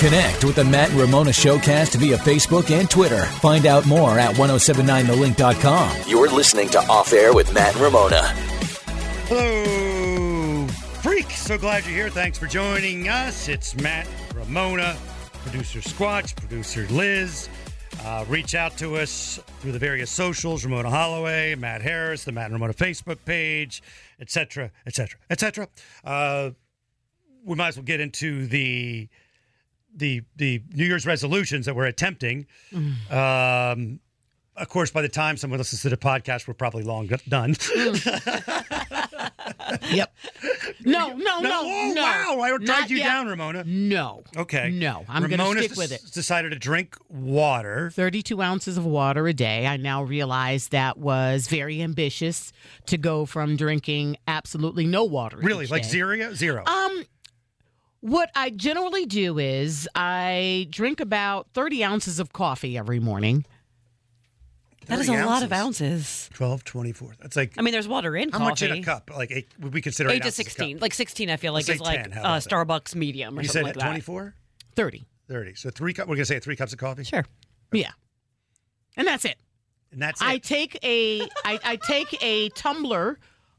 Connect with the Matt and Ramona Showcast via Facebook and Twitter. Find out more at 1079thelink.com. You're listening to Off Air with Matt and Ramona. Hello, freak. So glad you're here. Thanks for joining us. It's Matt, Ramona, producer Squatch, producer Liz. Uh, reach out to us through the various socials Ramona Holloway, Matt Harris, the Matt and Ramona Facebook page, etc., etc., etc. Uh, We might as well get into the the the New Year's resolutions that we're attempting. Um, of course, by the time someone listens to the podcast, we're probably long done. Yep. No, no, no, oh, no. wow! I Not dragged you yet. down, Ramona. No. Okay. No, I'm going to Ramona's stick with des- it. Decided to drink water. 32 ounces of water a day. I now realize that was very ambitious to go from drinking absolutely no water. Really, each like day. zero, zero. Uh, Um, what I generally do is I drink about 30 ounces of coffee every morning. That is a 30 lot of ounces. 12, 24. That's like I mean, there's water in how coffee. much in a cup? Like eight, would we consider Eight to ounces a cup? sixteen, like sixteen, I feel like Let's is say like 10. How uh, about that? Starbucks medium or You something said like at that. 24, 30. 30. So three cup. We're gonna say three cups of coffee. Sure. Yeah. And that's it. And that's I it. take a I, I take a tumbler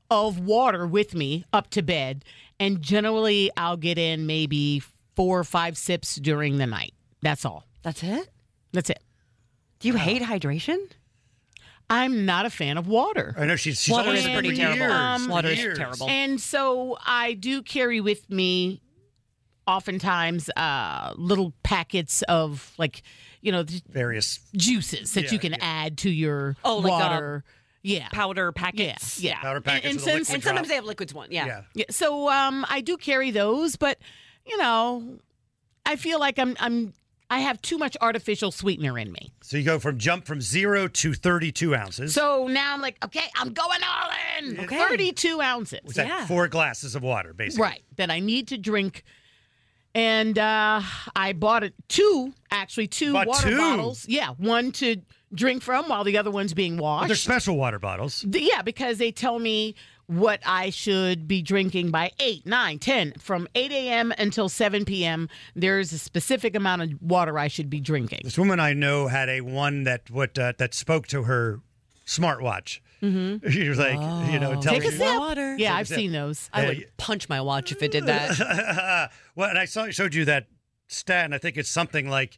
of water with me up to bed, and generally I'll get in maybe four or five sips during the night. That's all. That's it. That's it. Do you hate hydration? I'm not a fan of water. I know she's she's Water always is been pretty for terrible. years, Um, for Water is years. terrible. And so I do carry with me oftentimes uh, little packets of like, you know, th- Various. juices that Yeah, you can add to your Oh, like, uh, water. yeah. Powder yeah. packets. Yeah. Powder And- packets And, of the liquid since And sometimes they have liquids one. Yeah. Yeah. Yeah, so um, I do carry those, but you know, I feel like I'm I'm I have too much artificial sweetener in me. So you go from jump from zero to 32 ounces. So now I'm like, okay, I'm going all in. Okay. 32 ounces. Is that yeah. four glasses of water, basically? Right. That I need to drink. And uh, I bought it, two, actually, two Bought water two? bottles. Yeah, one to drink from while the other one's being washed. They're special water bottles. The- Yeah, because they tell me what I should be drinking by 8, 9, 10. From 8 a.m. until 7 p.m., there's a specific amount of water I should be drinking. This woman I know had a one that what uh, that spoke to her smartwatch. Mm-hmm. She was like, you know, tell Take a you. sip. Water. Yeah, I've sip. seen those. I would punch my watch if it did that. well, and I saw showed you that stat, and I think it's something like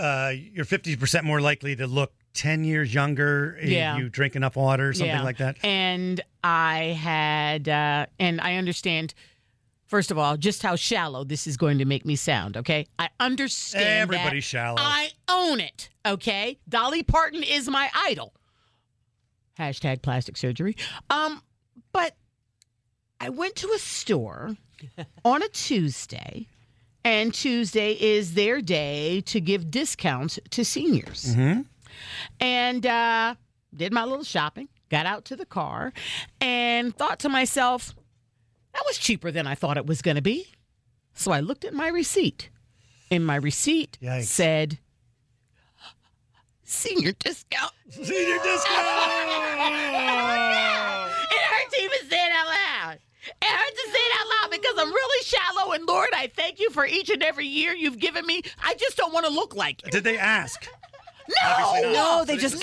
uh, you're 50 percent more likely to look 10 years younger if Yeah. you drink enough water, something Yeah. like that. And I had, uh, and I understand, first of all, just how shallow this is going to make me sound, okay? I understand. that. Everybody's shallow. I own it, okay? Dolly Parton is my idol. Hashtag plastic surgery. Um, but I went to a store on a Tuesday, and Tuesday is their day to give discounts to seniors. And uh, did my little shopping, got out to the car, and thought to myself, that was cheaper than I thought it was going to be. So I looked at my receipt, and my receipt Yikes. said, senior discount. Senior discount. It hurts to even say it out loud. It hurts to say it out loud because I'm really shallow. And Lord, I thank you for each and every year you've given me. I just don't want to look like it. Did they ask? No, Obviously not. No, they just no,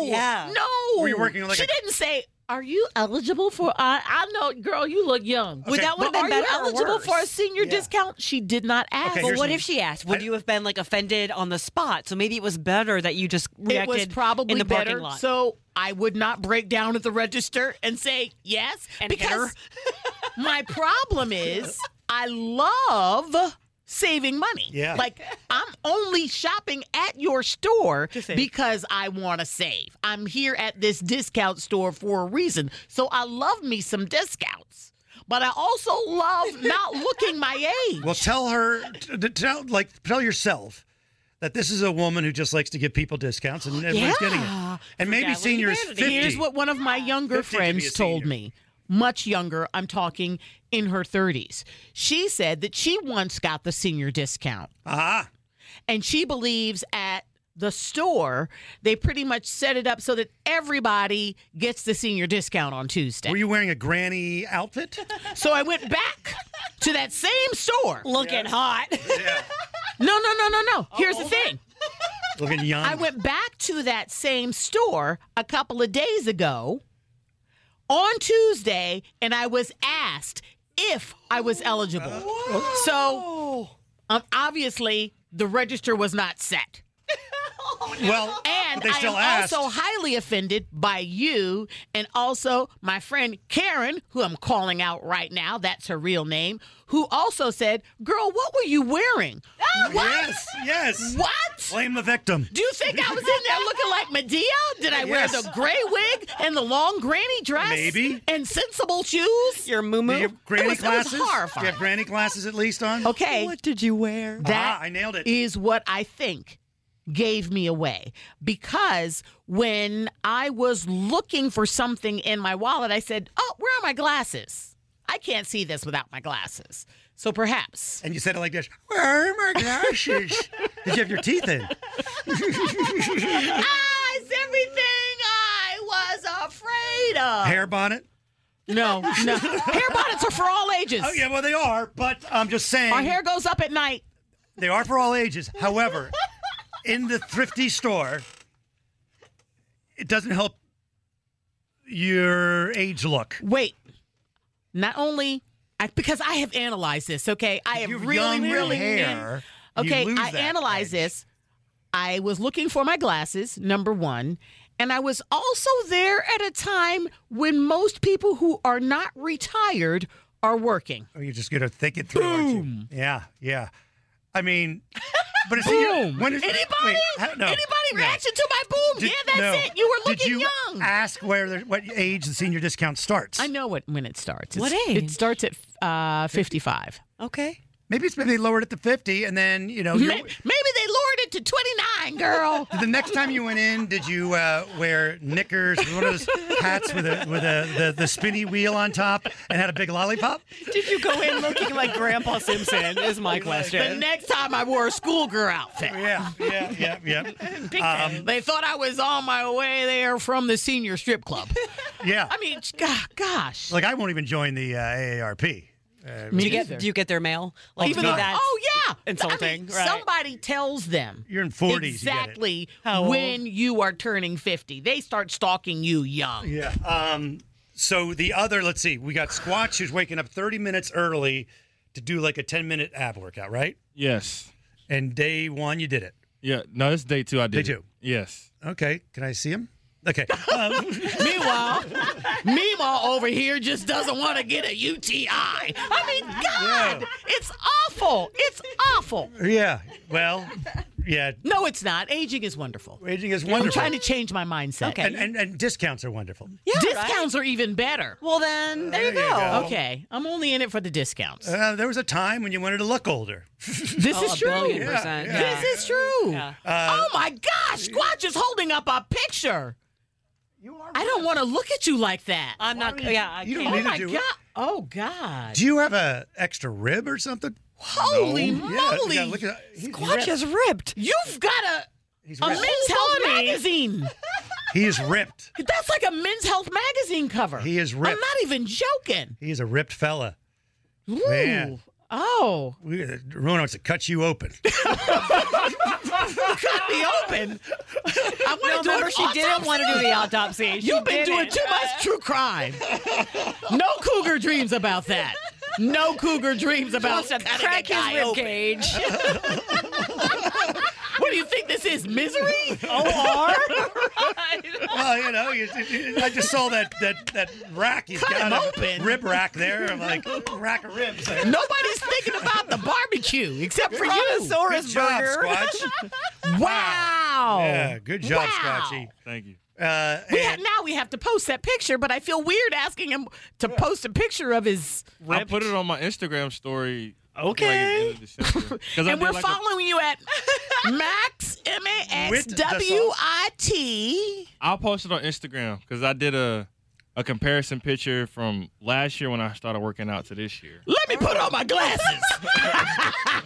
gave. Yeah. no. Were you working like she a- didn't say. Are you eligible for? Uh, I know, girl, you look young. Okay, Would that would have But been are you better or eligible for a worse? senior Yeah. discount? She did not ask. Okay, But Here's what what- if she asked? Would I- you have been like offended on the spot? So maybe it was better that you just it reacted was probably in the better. parking lot. So I would not break down at the register and say yes and hit her. my problem is I love saving money. Yeah. Like I'm only shopping at your store because I want to save. I'm here at this discount store for a reason. So I love me some discounts. but I also love not looking my age. Well, tell her, t- t- tell like tell yourself that this is a woman who just likes to give people discounts, and everyone's getting Yeah. it. And maybe Frugality senior is vanity. fifty. Here's what one of my younger 50 to be a friends told senior. me. Much younger, I'm talking in her 30s. She said that she once got the senior discount. Ah, and she believes at the store they pretty much set it up so that everybody gets the senior discount on Tuesday. were you wearing a granny outfit? so I went back to that same store. Looking hot. yeah, No, no, no, no, no. Here's Oh, the thing. looking young. I went back to that same store a couple of days ago on Tuesday and I was asked if I was eligible. So um, obviously the register was not set. Well, And they I still am asked. also highly offended by you and also my friend Karen, who I'm calling out right now. That's her real name. Who also said, "Girl, what were you wearing? Ah, what? yes, yes. What? Blame the victim. Do you think I was in there looking like Medea? Did I Yes. wear the gray wig and the long granny dress? Maybe. And sensible shoes? Your moo Do you have granny It was- it was glasses? Do horrifying. you have granny glasses at least on? Okay. did you wear? Ah, That I nailed it. is what I think gave me away because when I was looking for something in my wallet, I said, Oh, where are my glasses? I can't see this without my glasses. So perhaps. And you said it like this. Where are my glasses? Did you have your teeth in? Ah, it's everything I was afraid of. Hair bonnet? No, no. hair bonnets are for all ages. Oh yeah, well they are, but I'm just saying Our hair goes up at night. they are for all ages. However, in the thrifty store, it doesn't help your age look. Wait. Not only I, because I have analyzed this, okay? I have Your really, young really hair, you Okay, lose I that analyzed edge. this. I was looking for my glasses, number one. And I was also there at a time when most people who are not retired are working. Oh, you're just gonna think it through, aren't you? Yeah, yeah. I mean, but it's Boom! When is anybody wait, how- no, anybody no. reaction to my boom? Did- yeah, that's no. it. You were Did looking you young. Ask where the, what age the senior discount starts. I know what when it starts. What It's- It age? starts at uh, 55. Okay. Maybe it's maybe they lowered it to fifty, and then you know. May- you- Maybe, they lowered it to 29, girl. the next time you went in, did you uh, wear knickers, one of those hats with a with a the, the spinny wheel on top, and had a big lollipop? Did you go in looking like Grandpa Simpson? Is my the question. next time I wore a schoolgirl outfit. Yeah, yeah, yeah, yeah, Um, they thought I was on my way there from the senior strip club. yeah. I mean, g- gosh. like I won't even join the uh, AARP. Me Do you neither. get do you get their mail? Like Even to me, though- that's- oh yeah, I insulting, mean, right. Somebody tells them You're in 40s. exactly How old? when you are turning 50. They start stalking you young. You get it. Yeah. Um. So the other, let's see, we got Squatch who's waking up 30 minutes early to do like a 10 minute ab workout, right? Yes. And day one, you did it. Yeah. No, it's day two. I did. Day it. two. Yes. Okay. Can I see him? Okay. Um, Meanwhile, Meemaw over here just doesn't want to get a UTI. I mean, God, Yeah. it's awful. It's awful. yeah. Well. Yeah. No, it's not. Aging is wonderful. Aging is I'm wonderful. trying to change my mindset. Okay. and, and, and discounts are wonderful. Discounts are even better. Well then, there you There you go. go. Okay, I'm only in it for the discounts. Uh, there was a time when you wanted to look older. this Oh, is a true. billion percent. Yeah, Yeah. This is true. Yeah. Uh, oh my gosh, Squatch is holding up a picture. You are I don't want to look at you like that. I'm not. Yeah, I You don't can't. need oh to my do it. god. Oh god. Do you have a extra rib or something? Holy Yeah, moly. yeah, look at that. He- Squatch is ripped. You've got a He's a ripped. men's health magazine. He is ripped. That's like a men's health magazine cover. He is I'm ripped. not even joking. He is a ripped fella. Ooh. Man. Oh, We, Ramona wants to cut you open. cut me open. I want No, to do remember an she didn't autopsy. want to do the autopsy. She You've been doing didn't. too much true crime. No cougar dreams about that. No cougar dreams about Wants to cutting a crack his guy rib open. cage. What do you think this is, misery? well, you know, you, you- I just saw that that that rack. He's Cut got him a open. rib rack there. I'm like rack of ribs. There. Nobody's thinking about the barbecue except for you. Brontosaurus Good job, burger. Squatch. Wow. Yeah, good job, Wow. Scotchy. Thank you. Uh, We ha- and now we have to post that picture, but I feel weird asking him to post a picture of his. I put it on my Instagram story. Okay. Because and we're following you at Max M A X With the W I T. i I'll post it on Instagram because I did a a comparison picture from last year when I started working out to this year. Let me put on my glasses.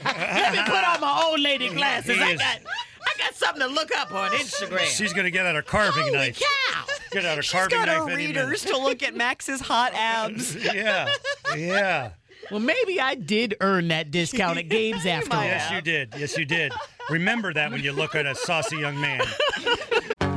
Let me put on my old lady glasses. He I is- got, I got something to look up on Instagram. she's going to get out her carving Holy knife. cow! Get out her She's carving got knife. her any minute. readers to look at Max's hot abs. yeah, yeah. Well, maybe I did earn that discount at Games after Oh, all. Yes, you did. Yes, you did. Remember that when you look at a saucy young man.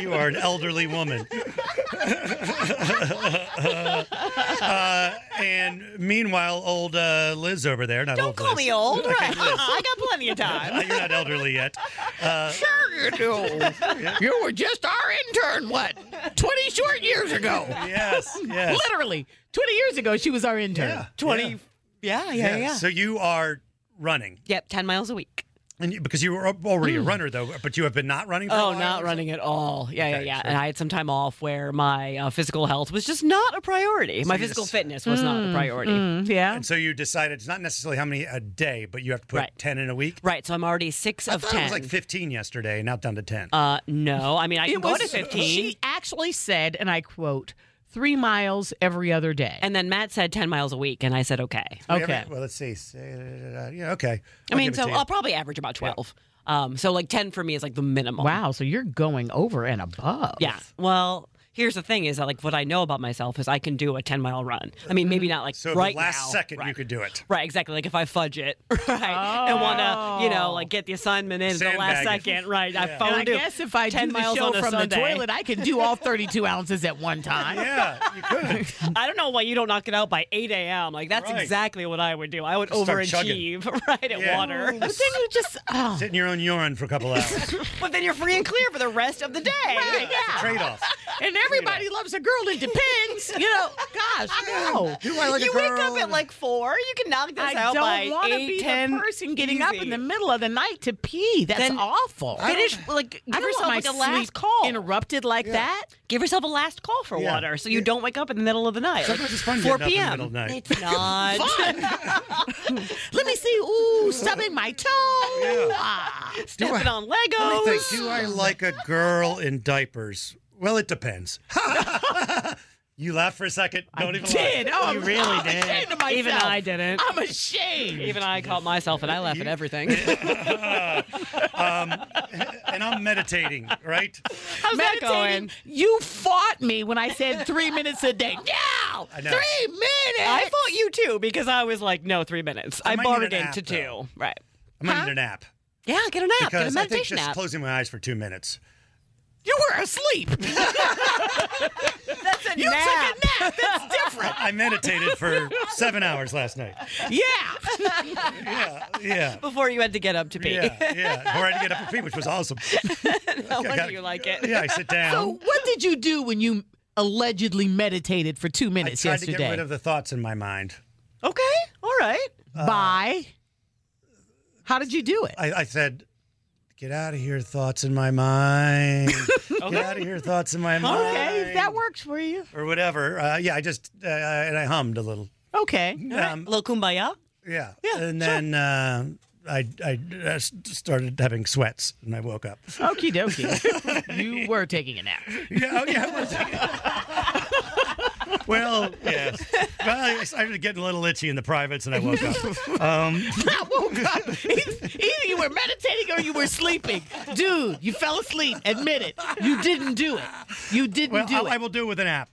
You are an elderly woman. uh, and meanwhile, old uh, Liz over there. Not Don't old call Liz. me old. I got plenty of time. Uh, You're not elderly yet. Uh, Sure you do. You were just our intern, what, 20 short years ago? yes, yes. Literally, 20 years ago, she was our intern. Yeah, 20. Yeah, yeah, Oh, yeah. yeah. So you are running, Yep, 10 miles a week. and you, because you were already a runner though, but you have been not running. For a Hmm. Oh, while? not running at all. Yeah, Okay, yeah, yeah. so- And I had some time off where my uh, physical health was just not a priority. My you physical just- fitness was not a priority. Yeah. And so you decided it's not necessarily how many a day, but you have to put Right. ten in a week. Right, so I'm already six I of thought 10. it was like fifteen yesterday, now down to ten. uh, no, I mean, I can It go was to 15. She actually said, and I quote, three miles every other day. and then Matt said 10 miles a week, and I said, okay. We have- okay. well, let's see. Say, uh, Yeah. Okay. I I'll Oh, mean, give it so to you. I'll probably average about 12. Um, so, like, 10 for me is like the minimum. wow, so you're going over and above. Yeah. Well, here's the thing is that, like, what I know about myself is I can do a 10 mile run. I mean, maybe not like So right the last now, second you right. could do it. Right, exactly. Like if I fudge it, right, and want to, you know, like get the assignment in at the last Sandbag it. second, right? I Yeah. phoned And I it. guess if I 10 do the miles show on a from the Sunday. toilet, I can do all 32 ounces at one time. Yeah, you could. I don't know why you don't knock it out by 8 a.m. Like that's Right. exactly what I would do. I would Start overachieve, right, at Yeah. water. But then you just, oh. Sit in your own urine for a couple hours. but then you're free and clear for the rest of the day. Right, yeah. Trade off. And everybody loves a girl that depends. You know, gosh, no. You want like you a wake girl up at and- like four. You can knock this I out by don't want to eight, be 10. the person getting up in easy. the middle of the night to pee. That's Then awful. Finish like I give don't yourself want my like a last sleep call. interrupted like that. Give yourself a last call for Yeah. water, so you don't wake up in the middle of the night. Sometimes like it's fun 4 getting up in the p.m. middle of the night. It's not. Let me see. Ooh, stubbing my toe. Ah. Stepping on Legos. Let me think. Do I like a girl in diapers? Well, it depends. you laughed for a second. Don't even Did lie. oh, I'm really I'm did. ashamed of myself. Even I didn't. I'm ashamed. Even I caught myself, and I laugh at everything. And I'm meditating, right? How's that Meditating, going? You fought me when I said three minutes a day. No, know. three minutes. I thought you too because I was like, no, three minutes. I, might need an bargained app, to two. though. Right. I'm gonna need an app Yeah, get an app. Get a because I think meditation just app. closing my eyes for two minutes. you were asleep. That's a You nap. took a nap. That's different. I meditated for seven hours last night. Yeah. Yeah, yeah. Before you had to get up to pee. Yeah, yeah. Or I had to get up for pee, which was awesome. no wonder gotta- you like it. Yeah, I sit down. So what did you do when you allegedly meditated for two I minutes tried to yesterday? get rid of the thoughts in my mind. Okay. All right. By how did you do it? I, I said, "Get out of here, thoughts in my mind. Get out of here, thoughts in my mind." okay, that works for you. or whatever. Uh, yeah, I just uh, and I hummed a little. Okay. Um, Little kumbaya. yeah, and then uh, I I uh, s- started having sweats and I woke up. Okie dokie. you were taking a nap. yeah, oh, yeah. it was- well, yes. Well, I started getting a little itchy in the privates and I woke up. Um, I woke up. Either you were meditating or you were sleeping. Dude, you fell asleep. Admit it. You didn't do it. You didn't well, do I, I it. will do it with an app.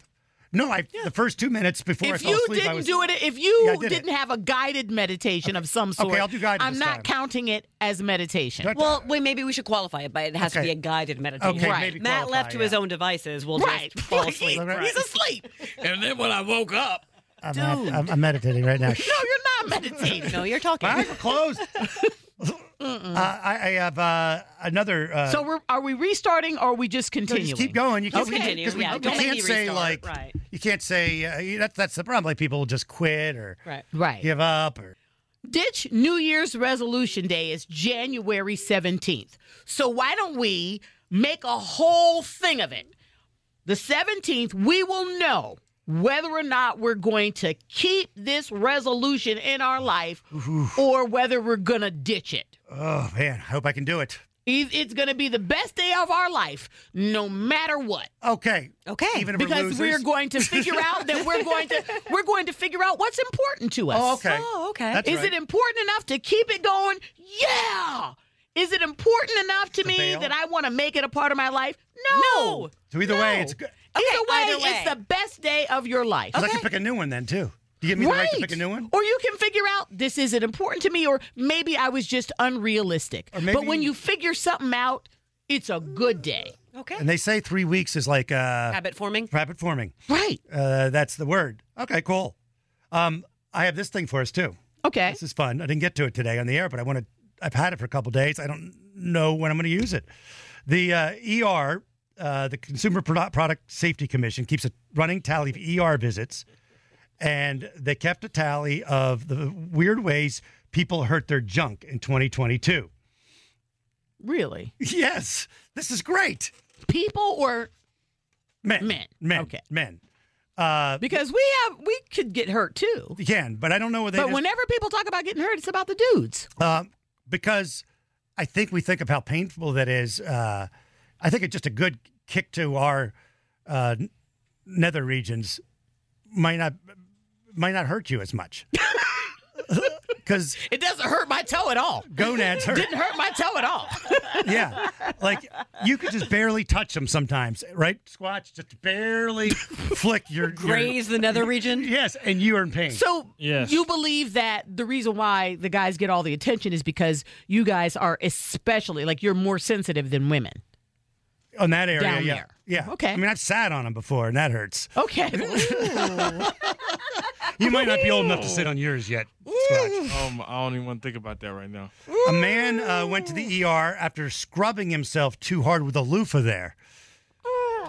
No, I the first two minutes before I If fell you asleep, I didn't was, do it, if you Yeah, I did it. didn't have a guided meditation of some sort, I'll do guided I'm this not time. counting it as meditation. That- Well, wait, maybe we should qualify it, but it has Okay. to be a guided meditation. Okay, Right. maybe Matt qualify, left to his yeah. own devices will right. just fall He's asleep. Right. asleep. And then when I woke up, I'm, not- I'm, I'm meditating right now. No, you're not meditating. No, you're talking. My eyes are closed. uh, I, I have uh, another. Uh, So we're are we restarting or are we just no, continuing? just keep going. You can't, Just continue, because we, yeah. you Don't make can't me say restart, like right. you can't say uh, you- that's that's the problem. Like people will just quit or Right. Right. give up or Ditch New Year's resolution day is January 17th. So why don't we make a whole thing of it? The 17th, we will know whether or not we're going to keep this resolution in our life or whether we're going to ditch it. oh man, I hope I can do it. It- It's going to be the best day of our life, no matter what. Okay. Okay. Even if we're Because losers. we're going to figure out that we're going to we're going to figure out what's important to us. Oh, okay. Oh, okay. That's Is right. it important enough to keep it going? Yeah. Is it important enough to me bail? that I want to make it a part of my life? No. No. So either way, it's good. Either, way, either way. it's the best day of your life. 'Cause I can pick a new one then too. Do you give me the right to pick a new one? Or you can figure out this isn't important to me, or maybe I was just unrealistic. maybe- but when you figure something out, it's a good day. okay. And they say three weeks is like uh, Habit forming. rapid forming. Right. Uh, that's the word. Okay, cool. Um, I have this thing for us too. Okay. This is fun. I didn't get to it today on the air, but I want to. I've had it for a couple days. I don't know when I'm going to use it. The uh, ER, uh, the Consumer Pro- Product Safety Commission, keeps a running tally of ER visits, and they kept a tally of the weird ways people hurt their junk in 2022. Really? Yes, this is great. People or Men, Men. men, Okay. men. Uh, because we have we could get hurt too. you can, but I don't know whether they But just- whenever people talk about getting hurt, it's about the dudes. Um, because I think we think of how painful that is. Uh, I think it's just a good kick to our uh, n- nether regions might not might not hurt you as much because It doesn't hurt my toe at all. gonads hurt. Didn't hurt my toe at all. Yeah, like you could just barely touch them sometimes, right? Squatch, just barely flick your your- Graze the nether region. Yes, and you are in pain. So Yes. you believe that the reason why the guys get all the attention is because you guys are especially like you're more sensitive than women. on that area, Down yeah, there. yeah. Okay. I mean, I've sat on them before, and that hurts. Okay. You might not be old enough to sit on yours yet. Squatch. um, I don't even want to think about that right now. A man uh, went to the ER after scrubbing himself too hard with a loofah there.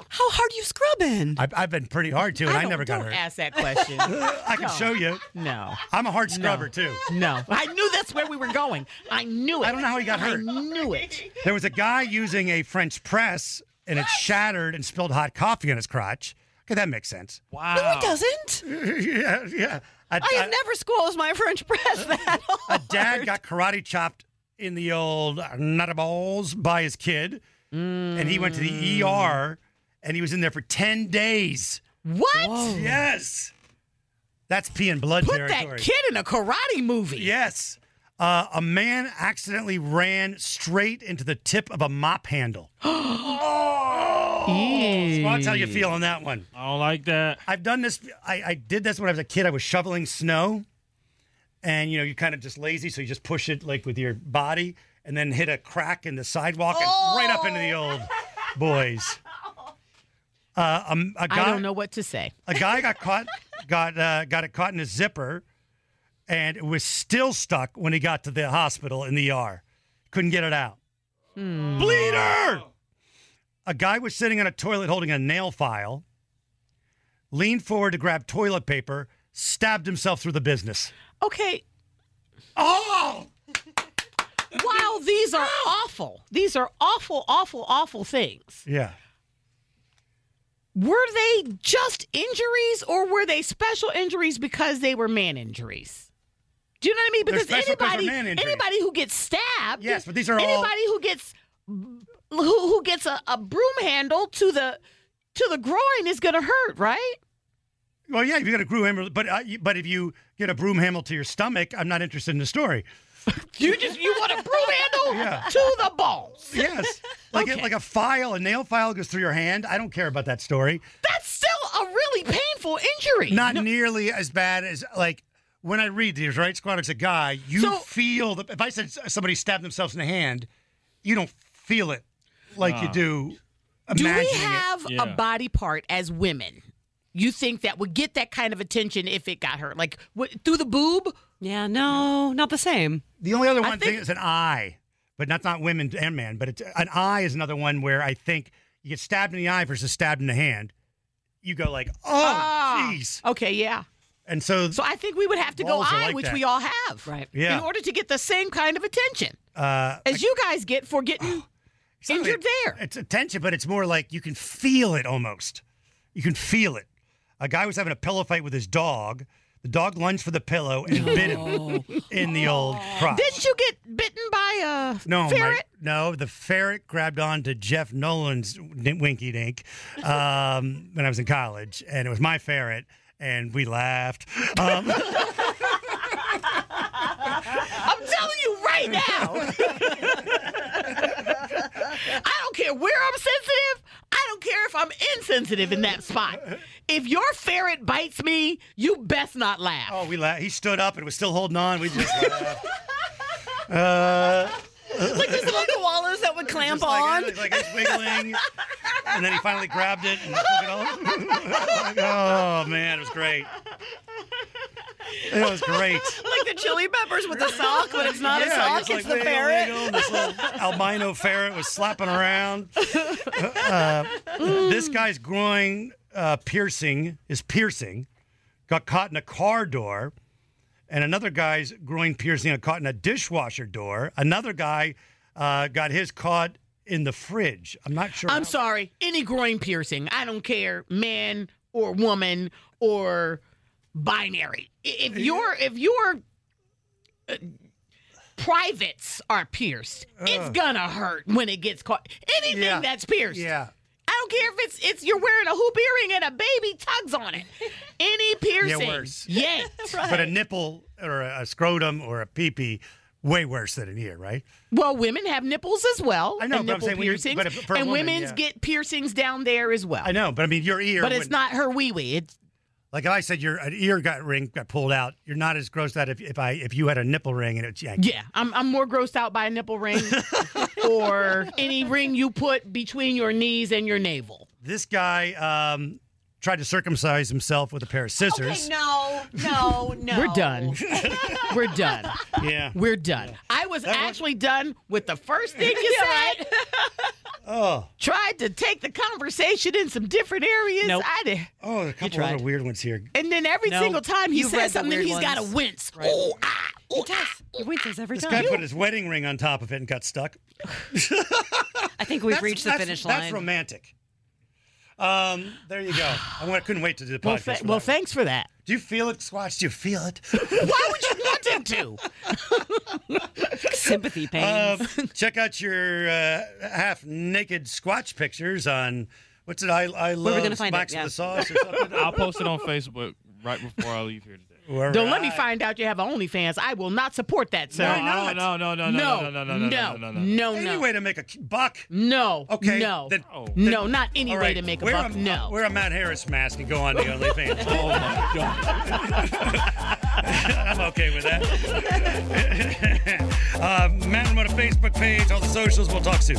How hard are you scrubbing? I've, I've been pretty hard too, and I, never got don't hurt. ask that question. I can show you. No. I'm a hard scrubber too. No. I knew that's where we were going. I knew it. I don't know how he got hurt. I knew it. There was a guy using a French press, and it shattered and spilled hot coffee on his crotch. Okay, that makes sense. Wow. no, it doesn't. yeah, yeah. A, I a- have never squoze my French press that a hard. dad got karate chopped in the old nut balls by his kid, and he went to the ER, and he was in there for ten days. What? Yes. Mm. That's pee and blood Put territory. that kid in a karate movie. Yes. Uh, a man accidentally ran straight into the tip of a mop handle. Oh! Ew. Squats, how you feel on that one? I don't like that. I've done this. I, I did this when I was a kid. I was shoveling snow, and you know you're kind of just lazy, so you just push it like with your body, and then hit a crack in the sidewalk and right up into the old Oh! boys. Uh, um, a guy, I don't know what to say. a guy got caught got uh, got it caught in his zipper and it was still stuck when he got to the hospital in the ER. Couldn't get it out. Bleeder! A guy was sitting on a toilet holding a nail file, leaned forward to grab toilet paper, stabbed himself through the business. Okay. Oh! Wow, these are awful. These are awful, awful, awful things. Yeah. Were they just injuries or were they special injuries because they were man injuries? Do you know what I mean? They're Because special 'cause they're anybody man injuries. anybody who gets stabbed Yes, but these are all- anybody who gets who, who gets a, a broom handle to the to the groin is gonna hurt, right? Well, yeah, if you got a broom handle, but uh, you- but if you get a broom handle to your stomach, I'm not interested in the story. You just you want a broom handle Yeah. to the balls. Yes, like it- Okay. like a file, a nail file goes through your hand. I don't care about that story. That's still a really painful painful injury. Not nearly as bad as like when I read these, right, Squad? It's a guy. You So- feel the. If I said s- somebody stabbed themselves in the hand, you don't feel it like you do. Do Imagining we it. have Yeah. a body part as women you think that would get that kind of attention if it got hurt? Like what, through the boob? Yeah, no, not the same. The only other one thing think- is an eye, but that's not women and men. But it's an eye is another one where I think you get stabbed in the eye versus stabbed in the hand. You go like, oh, Ah. jeez, Okay, yeah. and so, So I think we would have to Balls go are eye, like which that. we all have. Right. Yeah. In order to get the same kind of attention uh, as you guys get for getting it's not injured really- there. It's attention, but it's more like you can feel it almost. You can feel it. A guy was having a pillow fight with his dog. The dog lunged for the pillow and bit him in the old crotch. Didn't you get bitten by uh, a No, my- ferret? no, the ferret grabbed on to Jeff Nolan's n- Winky Dink um, when I was in college, and it was my ferret, and we laughed. Um, I'm telling you right now. I don't care where I'm sensitive. I don't care if I'm insensitive in that spot. If your ferret bites me, you best not laugh. oh, we laughed. He stood up and was still holding on. We just laughed. Uh, Like those little koalas that would clamp just like, on. It, like it's wiggling. and then he finally grabbed it and took it off. Like, oh man, it was great. It was great. like the chili peppers with the sock, but it's not Yeah, a just sock, it's like wiggle, the ferret. wiggle, and this little albino ferret was slapping around. Uh, this guy's groin uh, piercing, his piercing, got caught in a car door. And another guy's groin piercing got caught in a dishwasher door. Another guy uh, got his caught in the fridge. I'm not sure. how- I'm sorry. Any groin piercing, I don't care, man or woman or binary. I- If your if your uh, privates are pierced, it's gonna hurt when it gets caught. Anything Uh. Yeah. that's pierced. Yeah. I don't care if it's it's you're wearing a hoop earring and a baby tugs on it. Any piercing, worse. yet But a nipple or a, a scrotum or a peepee, way worse than an ear, right? Well, women have nipples as well. I know, and but I'm nipple saying when you're- piercings, but if- for a and woman, women's yeah. get piercings down there as well. I know, but I mean, your ear. But it's wouldn't- not her wee wee. It's Like if I said your an ear got ring got pulled out, you're not as grossed out if, if I if you had a nipple ring and it's yanked. Yeah, I'm I'm more grossed out by a nipple ring or any ring you put between your knees and your navel. This guy um, tried to circumcise himself with a pair of scissors. no, no, no. We're done. We're done. Yeah. We're done. I was actually done with the first thing you said. Oh. Tried to take the conversation in some different areas. Nope. I did. Oh, a couple tried. other weird ones here. And then every No, single time he you read says the something, weird he's got to ones. wince. Right. Ooh, ah, ooh, It does. It wins every This time. guy put his wedding ring on top of it and got stuck. I think we've That's- reached the that's- finish That's line. romantic. Um, there you go. I, wa- I couldn't wait to do the podcast. Well, for th- that well one. thanks for that. Do you feel it, Squatch? Do you feel it? Why would you want him to? Sympathy pains. Uh, check out your uh, half naked Squatch pictures on what's it? I I we love gonna find it? Max Yeah. with the sauce or something. Oh, I'll post it on Facebook right before I leave here today. All Don't let me right. find out you have an OnlyFans. I will not support that, sir. Why no, not? No, no, no, no, no, no, no, no, no, no, no, no. any way to make a buck. No. Okay, No. then- no, not any All way right, to make a wear buck. no. wear a Matt Harris mask and go on the OnlyFans. Oh my god. I'm okay with that. uh, Matt Ramona Facebook page, all the socials. We'll talk soon.